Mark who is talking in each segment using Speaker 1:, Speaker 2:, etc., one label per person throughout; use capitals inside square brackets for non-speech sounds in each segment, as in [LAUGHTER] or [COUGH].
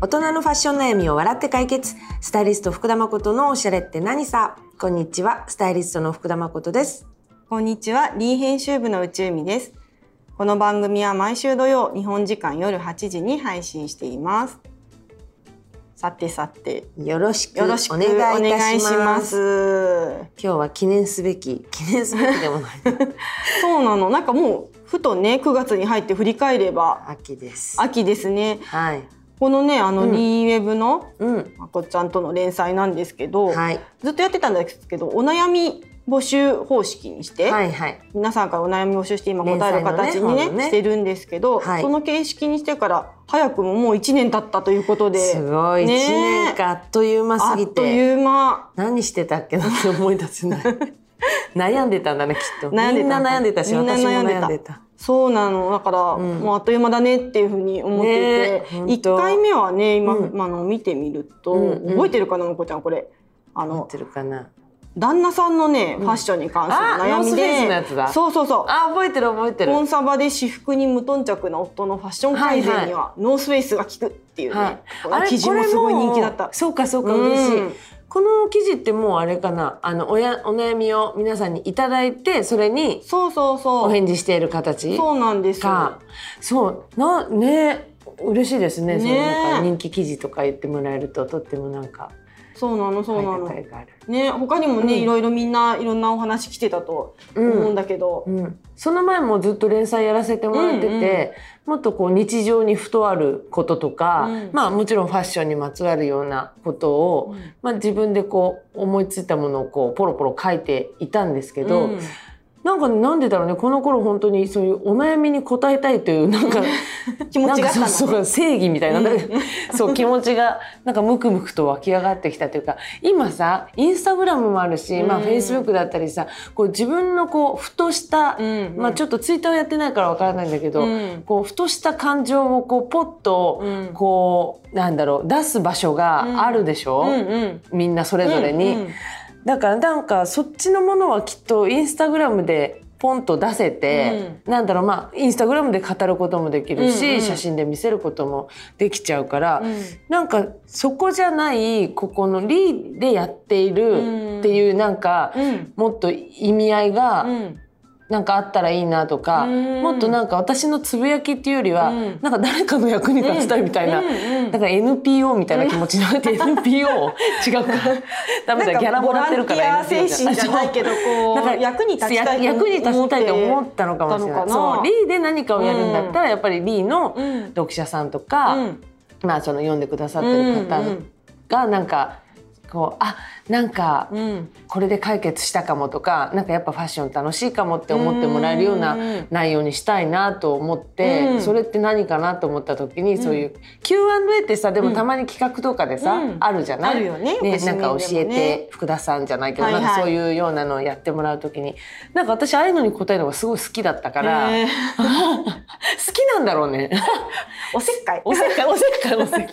Speaker 1: 大人のファッション悩みを笑って解決スタイリスト福田誠のおしゃれって何さこんにちはスタイリストの福田誠です
Speaker 2: こんにちは、リー編集部の宇宙美です。この番組は毎週土曜、日本時間夜8時に配信しています。さてさて、
Speaker 1: よろしく
Speaker 2: よ
Speaker 1: お
Speaker 2: ろしくお
Speaker 1: 願いいたし
Speaker 2: 願い
Speaker 1: ます
Speaker 2: します。
Speaker 1: 今日は記念すべき記念すべきでもない [LAUGHS]
Speaker 2: そうなの、なんかもうふとね、9月に入って振り返れば
Speaker 1: 秋です
Speaker 2: 秋ですね。
Speaker 1: はい
Speaker 2: このね、あの、
Speaker 1: うん
Speaker 2: リーウェブの
Speaker 1: うん
Speaker 2: まこっちゃんとの連載なんですけど、
Speaker 1: はい
Speaker 2: ずっとやってたんですけど、お悩み募集方式にして、
Speaker 1: はいはい
Speaker 2: 皆さんからお悩み募集して今答える形に
Speaker 1: 連載
Speaker 2: ね
Speaker 1: のね
Speaker 2: してるんですけど、
Speaker 1: はい
Speaker 2: その形式にしてから早くももう1年経ったということです
Speaker 1: ごい一
Speaker 2: ねえ
Speaker 1: 年間あっという間
Speaker 2: あ
Speaker 1: 過ぎ
Speaker 2: っと
Speaker 1: て
Speaker 2: いう間
Speaker 1: 何してたっけなんて思い出せない
Speaker 2: [LAUGHS]
Speaker 1: 悩んでたんだねきっと
Speaker 2: 悩んでた
Speaker 1: みんな悩んでたし
Speaker 2: みんな
Speaker 1: 私も
Speaker 2: 悩んでた
Speaker 1: 悩んでた
Speaker 2: そうなのだから、
Speaker 1: ん
Speaker 2: もうあっという間だねっていうふうに思って
Speaker 1: ねえ
Speaker 2: て、
Speaker 1: ほんと
Speaker 2: 一1回目はね今、
Speaker 1: うん
Speaker 2: あの見てみると、
Speaker 1: うんうん
Speaker 2: 覚えてるかなもこちゃんこれあ
Speaker 1: 合っ
Speaker 2: の
Speaker 1: てるかな
Speaker 2: 旦那さんのね、ファッションに関する
Speaker 1: あノ
Speaker 2: 悩
Speaker 1: ース
Speaker 2: み
Speaker 1: フェイス
Speaker 2: で
Speaker 1: のやつだ
Speaker 2: そうそうそう
Speaker 1: あ覚えてる覚えてる
Speaker 2: コンサバで私服に無頓着な夫のファッション改善にはノースフェイスが効くっていうね、
Speaker 1: はい
Speaker 2: この記事もすごい人気だっ
Speaker 1: これも
Speaker 2: た。
Speaker 1: そうかそうか嬉しい、
Speaker 2: うん
Speaker 1: この記事ってもうあれかなあのおやお悩みを皆さんにいただいてそれに
Speaker 2: そうそう
Speaker 1: お
Speaker 2: そう。
Speaker 1: 返事している形
Speaker 2: そうなんですよ
Speaker 1: か。そうなね嬉しいですね
Speaker 2: ね
Speaker 1: そのなんか人気記事とか言ってもらえるととってもなんか
Speaker 2: そうなのそうな
Speaker 1: 買い
Speaker 2: の。
Speaker 1: 応えがある、
Speaker 2: ね他にもね、
Speaker 1: うん
Speaker 2: いろいろみんないろんなお話来てたと思うんだけど、
Speaker 1: うん、その前もずっと連載やらせてもらってて、もっとこう日常にふとあることとか、
Speaker 2: うん
Speaker 1: まあもちろんファッションにまつわるようなことを、
Speaker 2: うん
Speaker 1: まあ、自分でこう思いついたものをこうポロポロ書いていたんですけど、
Speaker 2: うん
Speaker 1: なんかねなんでだろうねこの頃本当にそういうお悩みに応えたいというなんか
Speaker 2: 気持
Speaker 1: [LAUGHS] なん
Speaker 2: ちが
Speaker 1: か
Speaker 2: あったん
Speaker 1: そう
Speaker 2: だ
Speaker 1: そう
Speaker 2: ね。
Speaker 1: 正義みたいな、
Speaker 2: うん
Speaker 1: [LAUGHS] そう気持ちがなんかムクムクと湧き上がってきたというか今さインスタグラムもあるし、まあ、
Speaker 2: うん
Speaker 1: フェイスブックだったりさこう自分のこうふとした、
Speaker 2: うん
Speaker 1: まあ、ちょっとツイッターをやってないからわからないんだけど、
Speaker 2: うん
Speaker 1: こうふとした感情をこうポッと
Speaker 2: うん
Speaker 1: こう、なんだろう出す場所があるでしょ、
Speaker 2: うんうん。
Speaker 1: みんなそれぞれに。
Speaker 2: うんうん
Speaker 1: だからなんかそっちのものはきっとインスタグラムでポンと出せて、なんだろうまあインスタグラムで語ることもできるし、
Speaker 2: うんうん
Speaker 1: 写真で見せることもできちゃうから、
Speaker 2: うん
Speaker 1: なんかそこじゃないここのリーでやってい
Speaker 2: うん
Speaker 1: るっていうなんか、
Speaker 2: うん
Speaker 1: もっと意味合いが
Speaker 2: うん
Speaker 1: なんかあったらいいなとか、
Speaker 2: うん
Speaker 1: もっとなんか私のつぶやきっていうよりは、
Speaker 2: うん
Speaker 1: なんか誰かの役に立ちたいみたいな、
Speaker 2: うんうん
Speaker 1: だから NPO みたいな気持ちになって NPO 違う
Speaker 2: [LAUGHS]
Speaker 1: かダメだギャラもらってるから
Speaker 2: ボランティア精神じゃないけどこう
Speaker 1: だから
Speaker 2: 役に立ちたい
Speaker 1: 役に立ちたいと思ったのかもしれない
Speaker 2: 思ったのかな
Speaker 1: そうリーで何かをやるんだったら、やっぱりリーの
Speaker 2: うん
Speaker 1: 読者さんとか、
Speaker 2: うん
Speaker 1: まあその読んでくださってる方がなんかこうあなんか
Speaker 2: うんうん
Speaker 1: これで解決したかもとかなんかやっぱファッション楽しいかもって思ってもらえるような
Speaker 2: うん
Speaker 1: 内容にしたいなと思って、
Speaker 2: うん
Speaker 1: それって何かなと思った時に、そういう Q&A ってさでもたまに企画とかでさ、
Speaker 2: うん
Speaker 1: あるじゃない
Speaker 2: あるよね私
Speaker 1: なんか
Speaker 2: 見て
Speaker 1: 教え
Speaker 2: もね
Speaker 1: て福田さんじゃないけど、
Speaker 2: はいはい
Speaker 1: なんかそういうようなのをやってもらう時になんか私ああいうのに答えるのがすごい好きだったから、 [LAUGHS]
Speaker 2: へ
Speaker 1: 好
Speaker 2: ー
Speaker 1: きなんだろうね。
Speaker 2: [LAUGHS] おせっかい
Speaker 1: おせっかいおせっかいおせっかい。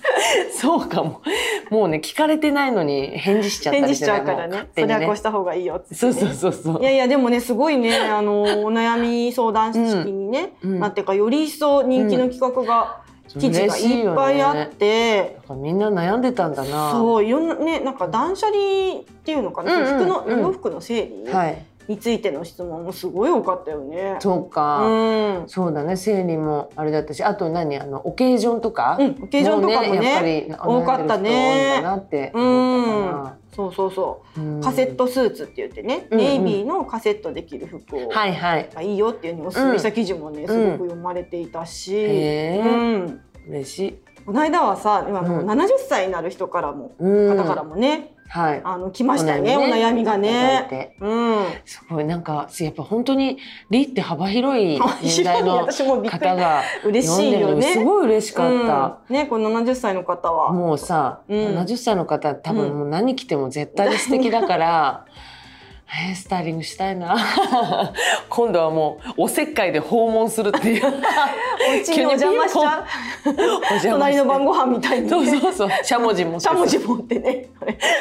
Speaker 1: [LAUGHS] そうかも。もうね聞かれてないのに返事しちゃった
Speaker 2: 返
Speaker 1: り
Speaker 2: 事
Speaker 1: し
Speaker 2: してち
Speaker 1: ね
Speaker 2: ゃうからね
Speaker 1: もう勝手
Speaker 2: そ
Speaker 1: に
Speaker 2: れは
Speaker 1: ね
Speaker 2: こうした方がいいよっつって
Speaker 1: そうそうそうそう。
Speaker 2: いやいやでもねすごいねあのお悩み相談式にね、
Speaker 1: うん
Speaker 2: なってかより一層人気の企画が、
Speaker 1: うん
Speaker 2: 記事がいっぱいあって、
Speaker 1: なんかみんな悩んでたんだな。
Speaker 2: そういろんなねなんか断捨離っていうのかな、
Speaker 1: うんうん
Speaker 2: 服の
Speaker 1: うん
Speaker 2: 洋服の整理
Speaker 1: はい。
Speaker 2: についての質問もすごい多かったよね。
Speaker 1: そう
Speaker 2: う
Speaker 1: か。
Speaker 2: ん
Speaker 1: そうだね。生理もあれだったし、あと何あのオケージョンとか。
Speaker 2: うんオケージョンとかもね
Speaker 1: やっぱり
Speaker 2: 多かった
Speaker 1: 悩
Speaker 2: ね
Speaker 1: んでる人多いんだなって思ったか
Speaker 2: そうそうそ
Speaker 1: な。う
Speaker 2: う。
Speaker 1: ん
Speaker 2: カセッ。トスーツって言ってね、
Speaker 1: うんうん
Speaker 2: ネイビーのカセットできる服を
Speaker 1: はいはい。
Speaker 2: がいいよっていうふうにおすすめした記事もね、すごく読まれていたし、
Speaker 1: へ
Speaker 2: う
Speaker 1: え。
Speaker 2: ん
Speaker 1: 嬉しい。
Speaker 2: この間はさ今もううん70歳になる人からも、
Speaker 1: うん
Speaker 2: 方からもね
Speaker 1: はい。
Speaker 2: あの来ましたよねお悩み
Speaker 1: いた
Speaker 2: が
Speaker 1: だい
Speaker 2: ね。
Speaker 1: て
Speaker 2: うん、
Speaker 1: すごいなんかやっぱ本当にリって幅広い [LAUGHS] 年代の
Speaker 2: 私もびっくり
Speaker 1: 方が
Speaker 2: 嬉
Speaker 1: 読
Speaker 2: し
Speaker 1: ん
Speaker 2: い
Speaker 1: でる
Speaker 2: よ
Speaker 1: の
Speaker 2: ね。
Speaker 1: すごい嬉しかった。
Speaker 2: うんねこの70歳の方は
Speaker 1: もうさ、
Speaker 2: うん
Speaker 1: 70歳の方多分もう何着ても絶対に素敵だ [LAUGHS] から、えースタイリングしたいな [LAUGHS] 今度はもうおせっかいで訪問するって [LAUGHS] いう
Speaker 2: お家にお邪魔しちゃう
Speaker 1: お邪魔し
Speaker 2: 隣
Speaker 1: て
Speaker 2: の晩ご飯みたいに、
Speaker 1: そう
Speaker 2: ね、
Speaker 1: そうそうしゃもじも [LAUGHS]
Speaker 2: しゃもじ持ってね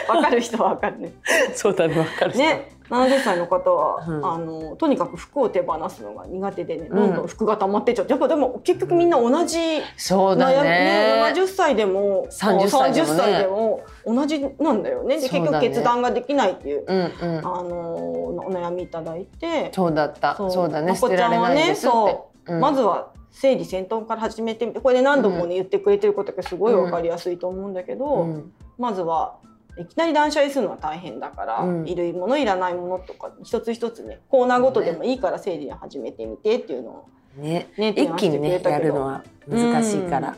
Speaker 2: わかる人はわかるね。
Speaker 1: そうだねわかる
Speaker 2: ね70歳の方は、
Speaker 1: うん
Speaker 2: あのとにかく服を手放すのが苦手でね
Speaker 1: うん
Speaker 2: どんどん服が溜まってっちゃってやっぱでも結局みんな同じ、
Speaker 1: そうだ
Speaker 2: 悩みね
Speaker 1: ね。
Speaker 2: 70歳でも
Speaker 1: 30歳でもね
Speaker 2: 30歳でも同じなんだよねで
Speaker 1: そうだ
Speaker 2: 結局
Speaker 1: ね
Speaker 2: 決断ができないっていう
Speaker 1: うんうん。
Speaker 2: あのお悩みいただいて、
Speaker 1: そうだった。
Speaker 2: そ
Speaker 1: そううだ
Speaker 2: ま
Speaker 1: ね。
Speaker 2: こ
Speaker 1: 捨
Speaker 2: ち
Speaker 1: てら
Speaker 2: ゃん
Speaker 1: れ
Speaker 2: は
Speaker 1: ない
Speaker 2: ね
Speaker 1: ですって。うん
Speaker 2: まずは整理整頓から始めてみてこれで何度もね、
Speaker 1: う
Speaker 2: 言ってくれてることがすごい分かりやすいと思うんだけど、
Speaker 1: うん
Speaker 2: まずはいきなり断捨離するのは大変だから、
Speaker 1: うん
Speaker 2: いるものいらないものとか一つ一つねコーナーごとでもいいから整理を始めてみてっていうのを、
Speaker 1: ね。
Speaker 2: ね、提
Speaker 1: 一
Speaker 2: 案
Speaker 1: 気
Speaker 2: して
Speaker 1: に
Speaker 2: くれ
Speaker 1: ね
Speaker 2: た
Speaker 1: や
Speaker 2: け
Speaker 1: るの
Speaker 2: ど。
Speaker 1: は難しいから、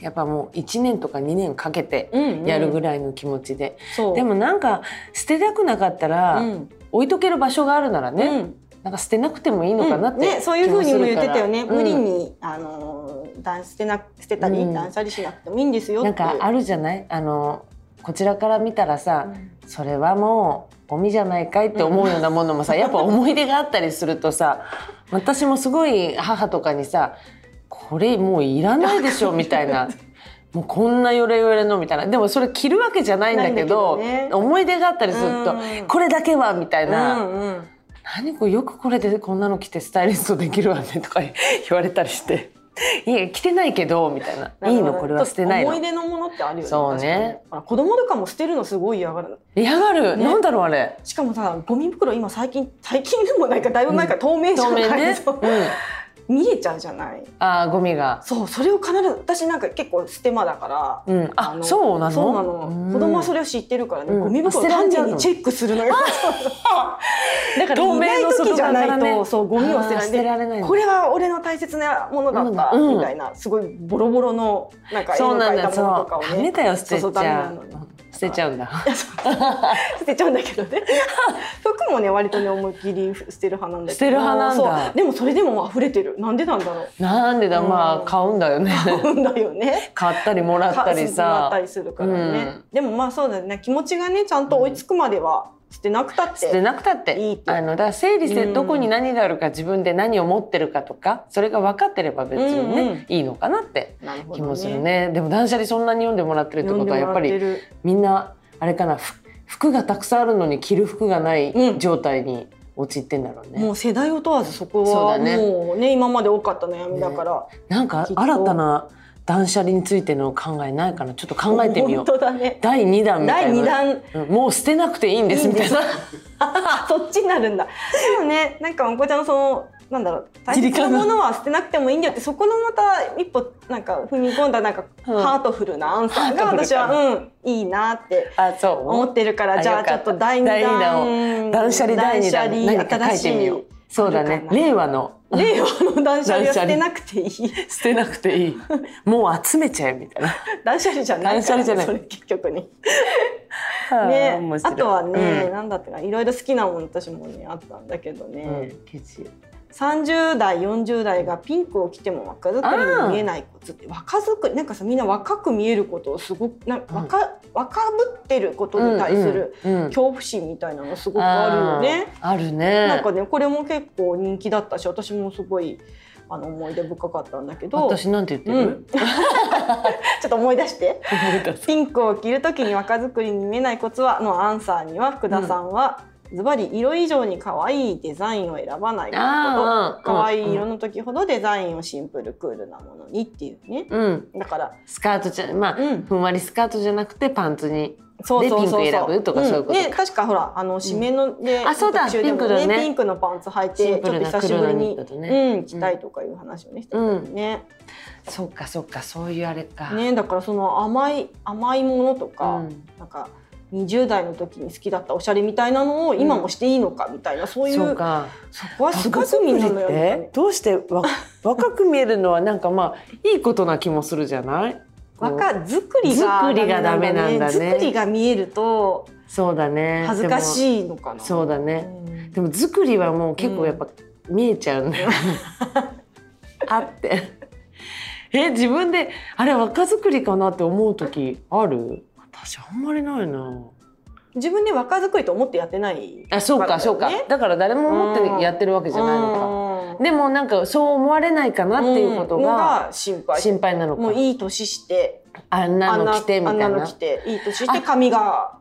Speaker 1: やっぱもう1年とか2年かけて
Speaker 2: うんうん
Speaker 1: やるぐらいの気持ちで、
Speaker 2: そう
Speaker 1: でもなんか捨てたくなかったら、
Speaker 2: うん
Speaker 1: 置いとける場所があるならね、
Speaker 2: うん
Speaker 1: なんか捨てなくてもいいのかなっ
Speaker 2: うん
Speaker 1: て、
Speaker 2: ね、そういうふうにも言ってたよね、
Speaker 1: うん
Speaker 2: 無理にあのー断捨てな捨てたり、
Speaker 1: うん
Speaker 2: 断捨離しなくてもいいんですよって
Speaker 1: なんかあるじゃないあのこちらから見たらさ、
Speaker 2: うん
Speaker 1: それはもうゴミじゃないかいって思うようなもの
Speaker 2: [LAUGHS]
Speaker 1: もさ、やっぱ思い出があったりするとさ私もすごい母とかにさ「これもういらないでしょ」みたい
Speaker 2: [LAUGHS]
Speaker 1: な。もうこんなヨレヨレのみたいなでもそれ着るわけじゃないんだけど
Speaker 2: ないんだけどね
Speaker 1: 思い出があったりすると、
Speaker 2: うん
Speaker 1: これだけはみたいな、
Speaker 2: うんうん、
Speaker 1: 何これよくこれでこんなの着てスタイリストできるわねとか言われたりして [LAUGHS] 「いや着てないけど」みたいな「いいのこれは捨てないの
Speaker 2: 思い」出のものってあるよね
Speaker 1: そうね
Speaker 2: 確かに子供とかも捨てるのすごい嫌がる
Speaker 1: 嫌がる、
Speaker 2: ね
Speaker 1: なんだろうあれ
Speaker 2: しかもさゴミ袋今最近最近でもないかだいぶ前から透明じゃ
Speaker 1: 透
Speaker 2: ない、
Speaker 1: 明ね、
Speaker 2: [LAUGHS] そう
Speaker 1: うん、
Speaker 2: 見えちゃうじゃない
Speaker 1: あーゴミが
Speaker 2: そうそれを必ず私なんか結構捨て間だから、
Speaker 1: うん、あ
Speaker 2: の
Speaker 1: そうなの
Speaker 2: そうなの、
Speaker 1: うん
Speaker 2: 子供はそれを知ってるからね、
Speaker 1: うん
Speaker 2: ゴミ袋
Speaker 1: あ捨てら
Speaker 2: 単
Speaker 1: れちゃう
Speaker 2: 純
Speaker 1: の
Speaker 2: にチェックするのよ。
Speaker 1: だから
Speaker 2: 透明の外側からね
Speaker 1: 意外と
Speaker 2: そうゴミを捨てられない
Speaker 1: あー捨てられないんだ
Speaker 2: これは俺の大切なものだった
Speaker 1: うんうん
Speaker 2: みたいな、すごいボロボロのなんか絵
Speaker 1: そ
Speaker 2: の
Speaker 1: うなん
Speaker 2: 描い
Speaker 1: だ
Speaker 2: たもの
Speaker 1: そ
Speaker 2: とかを
Speaker 1: うダメ
Speaker 2: ね
Speaker 1: だよ捨てちゃ
Speaker 2: そううそうダメなのよ
Speaker 1: 捨てちゃうんだ
Speaker 2: 捨てちゃうんだけど [LAUGHS] ね服もね割とね思いっきり捨てる派なんだけど
Speaker 1: 捨てる派なんだ
Speaker 2: そうでもそれでも溢れてるなんでなんだろう
Speaker 1: なんでだま
Speaker 2: うん
Speaker 1: あ買うんだよね
Speaker 2: なんだよね
Speaker 1: 買ったりもらったりさ
Speaker 2: かそうもらったりするからね、
Speaker 1: うん
Speaker 2: でもまあそうだね気持ちがねちゃんと追いつくまでは捨てなくたって、
Speaker 1: 捨てなくたって
Speaker 2: いいって
Speaker 1: あのだから整理して
Speaker 2: うん
Speaker 1: どこに何があるか自分で何を持ってるかとかそれが分かってれば別にね、
Speaker 2: うんうん
Speaker 1: いいのかなって
Speaker 2: なるほ
Speaker 1: 気
Speaker 2: ど
Speaker 1: も
Speaker 2: ね
Speaker 1: するねでも断捨離そんなに読んでもらってるって
Speaker 2: 読
Speaker 1: こ
Speaker 2: ん
Speaker 1: と
Speaker 2: で
Speaker 1: は
Speaker 2: も
Speaker 1: やっぱ
Speaker 2: らって
Speaker 1: り
Speaker 2: る
Speaker 1: みんなあれかなふ服がたくさんあるのに着る服がな
Speaker 2: うん
Speaker 1: い状態に陥ってんだろうね、
Speaker 2: もう世代を問わずそこ
Speaker 1: そうだ
Speaker 2: は
Speaker 1: ね
Speaker 2: もうね今まで多かった悩みだから、
Speaker 1: なんか
Speaker 2: きっと
Speaker 1: 新たな断捨離についての考えないかなちょっと考えてみよう
Speaker 2: 本当だね
Speaker 1: 第2弾みたい
Speaker 2: 第
Speaker 1: な
Speaker 2: 二弾
Speaker 1: うんもう捨てなくていいんですみたいな
Speaker 2: [LAUGHS] そっちになるんだでもねなんかまこちゃんのそのなんだろう大
Speaker 1: 切り
Speaker 2: 切な
Speaker 1: 替え
Speaker 2: ものは捨てなくてもいいんだよってそこのまた一歩なんか踏み込んだなんか、
Speaker 1: うん
Speaker 2: ハートフルなアンサー
Speaker 1: ハート
Speaker 2: が
Speaker 1: フル
Speaker 2: 私
Speaker 1: か
Speaker 2: はうんいいなって
Speaker 1: あ [LAUGHS] そう
Speaker 2: 思ってるから
Speaker 1: あ
Speaker 2: じゃあ
Speaker 1: よ
Speaker 2: ちょ
Speaker 1: か
Speaker 2: ったと第2弾
Speaker 1: 第二弾を断捨離第2弾何か書いてみようそうだね令和の
Speaker 2: 和令和の断捨離
Speaker 1: 断捨
Speaker 2: は捨
Speaker 1: 離
Speaker 2: てなくていい
Speaker 1: 捨てなくてい
Speaker 2: [LAUGHS]
Speaker 1: いもう集めちゃえみたいな
Speaker 2: 断捨離じゃないから
Speaker 1: 断捨離じゃない
Speaker 2: それ結局ね
Speaker 1: あー
Speaker 2: ね
Speaker 1: 面白
Speaker 2: あ
Speaker 1: い
Speaker 2: とはね、なんだってかいろいろ好きなもの私もねあったんだけどね、
Speaker 1: うんうんケチ
Speaker 2: 30代40代がピンクを着ても若作りに見えないコツって若作りなんかさみんな若く見えることをすごくなんか若,、若ぶってることに対する
Speaker 1: うんうんうん
Speaker 2: 恐怖心みたいなのすごくあるよね。
Speaker 1: あーあるね
Speaker 2: なんかねこれも結構人気だったし私もすごいあの思い出深かったんだけどち
Speaker 1: 私なんて言ってる、
Speaker 2: ょっと思い出して。
Speaker 1: なんか
Speaker 2: ピンクを着るときに若作りに見えないコツはのアンサーには福田さんは、ズバリ色以上に可愛いデザインを選ばないこ
Speaker 1: [LAUGHS]
Speaker 2: と
Speaker 1: あーうん
Speaker 2: 可愛い色の時ほどデザインをシンプルクールなものにっていうね
Speaker 1: うん
Speaker 2: だから
Speaker 1: スカートじゃまあ、
Speaker 2: うん
Speaker 1: ふんわりスカートじゃなくてパンツに
Speaker 2: そうそうそうそう
Speaker 1: でピンク選ぶとかそういうことか
Speaker 2: ね確かほらあの締めので、
Speaker 1: あそうだ
Speaker 2: 特集でも
Speaker 1: ピンクだね
Speaker 2: ピンクのパンツ履いて
Speaker 1: シ
Speaker 2: ちょ
Speaker 1: ン
Speaker 2: っ
Speaker 1: プ
Speaker 2: と
Speaker 1: ルな
Speaker 2: 久しぶ
Speaker 1: 黒な
Speaker 2: りに、
Speaker 1: ニットとね
Speaker 2: うん着たいとかいう話をねしてたよね,、
Speaker 1: そうかそうかそういうあれか、
Speaker 2: ねだからその甘い甘いものと
Speaker 1: う
Speaker 2: か、
Speaker 1: ん
Speaker 2: なんか20代の時に好きだったおしゃれみたいなのを今もしていいのかみたいな、そういう
Speaker 1: そう
Speaker 2: そ
Speaker 1: か
Speaker 2: こはすごくみんなのよ
Speaker 1: 若作りってどうして
Speaker 2: [LAUGHS]
Speaker 1: わ若く見えるのはなんかまあいいことな気もするじゃない
Speaker 2: 若作りが
Speaker 1: 作りがダメなんだね
Speaker 2: 作りが見えると
Speaker 1: そうだね
Speaker 2: 恥ずか
Speaker 1: い
Speaker 2: しいのかな。
Speaker 1: そうだ
Speaker 2: う
Speaker 1: ね
Speaker 2: ん
Speaker 1: でも作りはもう結構やっぱ見えちゃうんだよ、ね [LAUGHS] あってえ自分であれ若作りかなって思う時ある私あんまりないな
Speaker 2: 自分で若作りと思ってやってない。
Speaker 1: あそう
Speaker 2: から
Speaker 1: か
Speaker 2: ね
Speaker 1: そうかだから誰も思ってやってるわけじゃないのか、でもなんかそう思われないかなっていうこと
Speaker 2: うんの
Speaker 1: が
Speaker 2: が心配。
Speaker 1: 心配なのか、
Speaker 2: もういい年して
Speaker 1: あんなの着てみ
Speaker 2: あ
Speaker 1: た
Speaker 2: ん
Speaker 1: い
Speaker 2: な
Speaker 1: な
Speaker 2: の着ていい年して髪が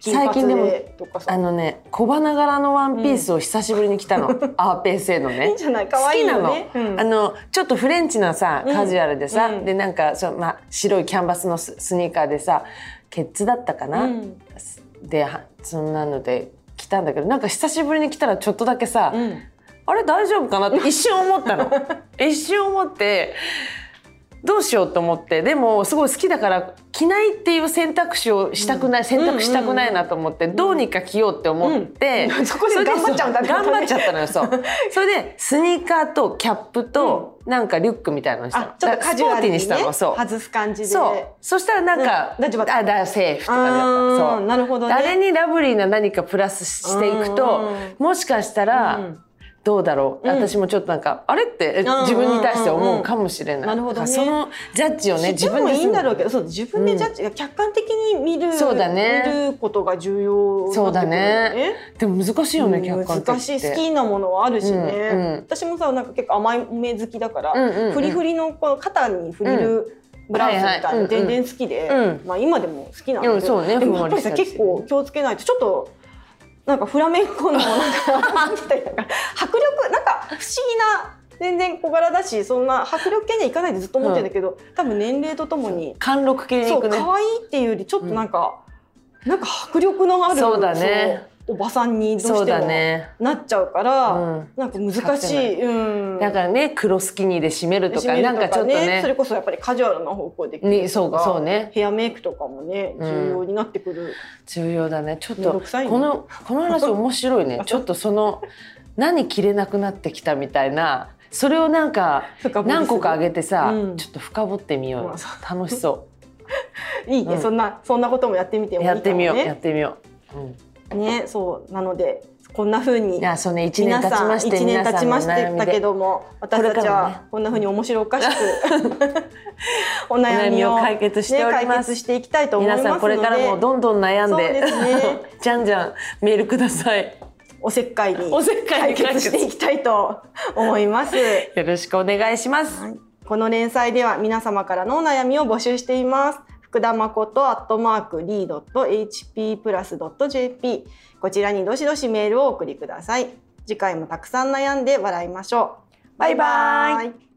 Speaker 2: 金髪
Speaker 1: 最近でも
Speaker 2: とかさ
Speaker 1: あのね小花柄のワンピースを久しぶりに着たの、アーペー製の
Speaker 2: いいん
Speaker 1: ね。
Speaker 2: じゃない可愛いよね
Speaker 1: 好きなの,、
Speaker 2: うん
Speaker 1: あのちょっとフレンチなさ
Speaker 2: うん
Speaker 1: カジュアルでさ、
Speaker 2: うん
Speaker 1: でなんかそう、まあ、白いキャンバスのススニーカーでさケッツだったかな、
Speaker 2: うん
Speaker 1: ではそんなので来たんだけどなんか久しぶりに来たらちょっとだけさ、
Speaker 2: うん
Speaker 1: あれ大丈夫かなって一瞬思った
Speaker 2: [LAUGHS]
Speaker 1: の一瞬思ってどうしようと思ってでもすごい好きだから着ないっていう選択肢をしたくない、選択したくないなと思って、どうにか着ようって思って、
Speaker 2: うん [LAUGHS] そこで
Speaker 1: れ
Speaker 2: 頑張っちゃうんだね
Speaker 1: 頑張っちゃったのよそう
Speaker 2: [LAUGHS]
Speaker 1: それでスニーカーとキャップとなんかリュックみたいなのにしたの
Speaker 2: あ、ちょっとカジュアルに,、ね、
Speaker 1: だからスポーティーにしたのそう
Speaker 2: 外す感じで。
Speaker 1: そうそしたらなんか、
Speaker 2: うん大丈夫だった
Speaker 1: あだセーフとかだった
Speaker 2: あ
Speaker 1: そう
Speaker 2: ーなるほどね。
Speaker 1: あれにラブリーな何かプラスしていくと
Speaker 2: う
Speaker 1: もしかしたら
Speaker 2: うん
Speaker 1: どうだろう、
Speaker 2: うん
Speaker 1: 私もちょっとなんかあれって
Speaker 2: んうん
Speaker 1: 自分に対して思うかもしれない、
Speaker 2: なるほどね
Speaker 1: そのジャッジをね
Speaker 2: 知
Speaker 1: 自
Speaker 2: って
Speaker 1: 分
Speaker 2: も
Speaker 1: で
Speaker 2: いいんだろうけど、
Speaker 1: ど
Speaker 2: そう自分でジャッジ、客観的に見る
Speaker 1: そうだね
Speaker 2: 見ることが重要
Speaker 1: そうだ
Speaker 2: なってくるよ
Speaker 1: ねでも難しいよね、客観的って
Speaker 2: 難しい好きなものはあるしね、
Speaker 1: うんうん
Speaker 2: 私もさなんか結構甘い目好きだから、
Speaker 1: うんうんうん
Speaker 2: フリフリのこの肩にフリルブラウスみたい
Speaker 1: はいはうんう
Speaker 2: ないの
Speaker 1: ん
Speaker 2: 全然好きで、
Speaker 1: うん
Speaker 2: まあ今でも好きなんだ
Speaker 1: う
Speaker 2: け
Speaker 1: ん
Speaker 2: ど、
Speaker 1: そうね
Speaker 2: で
Speaker 1: ふん
Speaker 2: もや
Speaker 1: わ
Speaker 2: っ
Speaker 1: り
Speaker 2: ぱり
Speaker 1: した
Speaker 2: さ
Speaker 1: やつ
Speaker 2: 結構気をつけないとちょっとなんかフラメンコのなんかみたいな迫力なんか不思議な全然小柄だしそんな迫力系にはいかないでずっと思ってるんだけど、多分年齢とともに
Speaker 1: 貫禄系に
Speaker 2: そ
Speaker 1: 行
Speaker 2: う
Speaker 1: くね
Speaker 2: 可愛いっていうよりちょっとなんか、なんか迫力のある
Speaker 1: そうだね
Speaker 2: そうおばさんにどう
Speaker 1: そう
Speaker 2: して
Speaker 1: だ
Speaker 2: も
Speaker 1: ね
Speaker 2: なっちゃうから、
Speaker 1: うん
Speaker 2: なんか難しい。うん、
Speaker 1: だからね黒スキニーで締めるとか
Speaker 2: 締める
Speaker 1: なんかちょっとね
Speaker 2: それこそやっぱりカジュアルな方向で
Speaker 1: ねそうそうね
Speaker 2: ヘアメイクとかもね
Speaker 1: うん
Speaker 2: 重要になってくる、
Speaker 1: 重要だねちょっ
Speaker 2: めん
Speaker 1: と
Speaker 2: どくさいね
Speaker 1: このこの話面白い
Speaker 2: [LAUGHS]
Speaker 1: ねちょっとその何着れなくなってきたみたいなそれをなんか
Speaker 2: 深掘りする
Speaker 1: 何個かあげてさ、
Speaker 2: うん
Speaker 1: ちょっと深掘ってみようよ
Speaker 2: まあそ
Speaker 1: 楽しそ
Speaker 2: いいね、
Speaker 1: うん
Speaker 2: そんなそんなこともやってみて
Speaker 1: う
Speaker 2: もい
Speaker 1: や
Speaker 2: いかもね
Speaker 1: ってみようやってみよう、うん
Speaker 2: ねそうなのでこんな風に
Speaker 1: いやそうね1年
Speaker 2: 皆
Speaker 1: 経ち
Speaker 2: さん
Speaker 1: まして
Speaker 2: 一年経ちまして
Speaker 1: 皆さんのお悩み
Speaker 2: だ
Speaker 1: で
Speaker 2: けども私た
Speaker 1: これか
Speaker 2: ち
Speaker 1: らも
Speaker 2: は
Speaker 1: ね
Speaker 2: こんな風に面白おかし
Speaker 1: [LAUGHS]
Speaker 2: くお
Speaker 1: お
Speaker 2: 悩
Speaker 1: 悩み
Speaker 2: み
Speaker 1: を
Speaker 2: を
Speaker 1: 解決しており
Speaker 2: ね、解
Speaker 1: ます,、
Speaker 2: 決していきたいと思います
Speaker 1: 皆
Speaker 2: ので
Speaker 1: さんこれからもどんどん悩んで
Speaker 2: そうですね
Speaker 1: [LAUGHS] じゃんじゃんメールください
Speaker 2: おせっかい
Speaker 1: [LAUGHS]
Speaker 2: に
Speaker 1: おせっかい
Speaker 2: 解
Speaker 1: に解
Speaker 2: 決
Speaker 1: 決
Speaker 2: していきたいと思います。
Speaker 1: よろしくお願いします
Speaker 2: この連載では皆様からのお悩みを募集しています。福田誠アットマークリードット HP プラスドット JP こちらにどしどしメールをお送りください。次回もたくさん悩んで笑いましょう。バイバ
Speaker 1: バイバ
Speaker 2: イ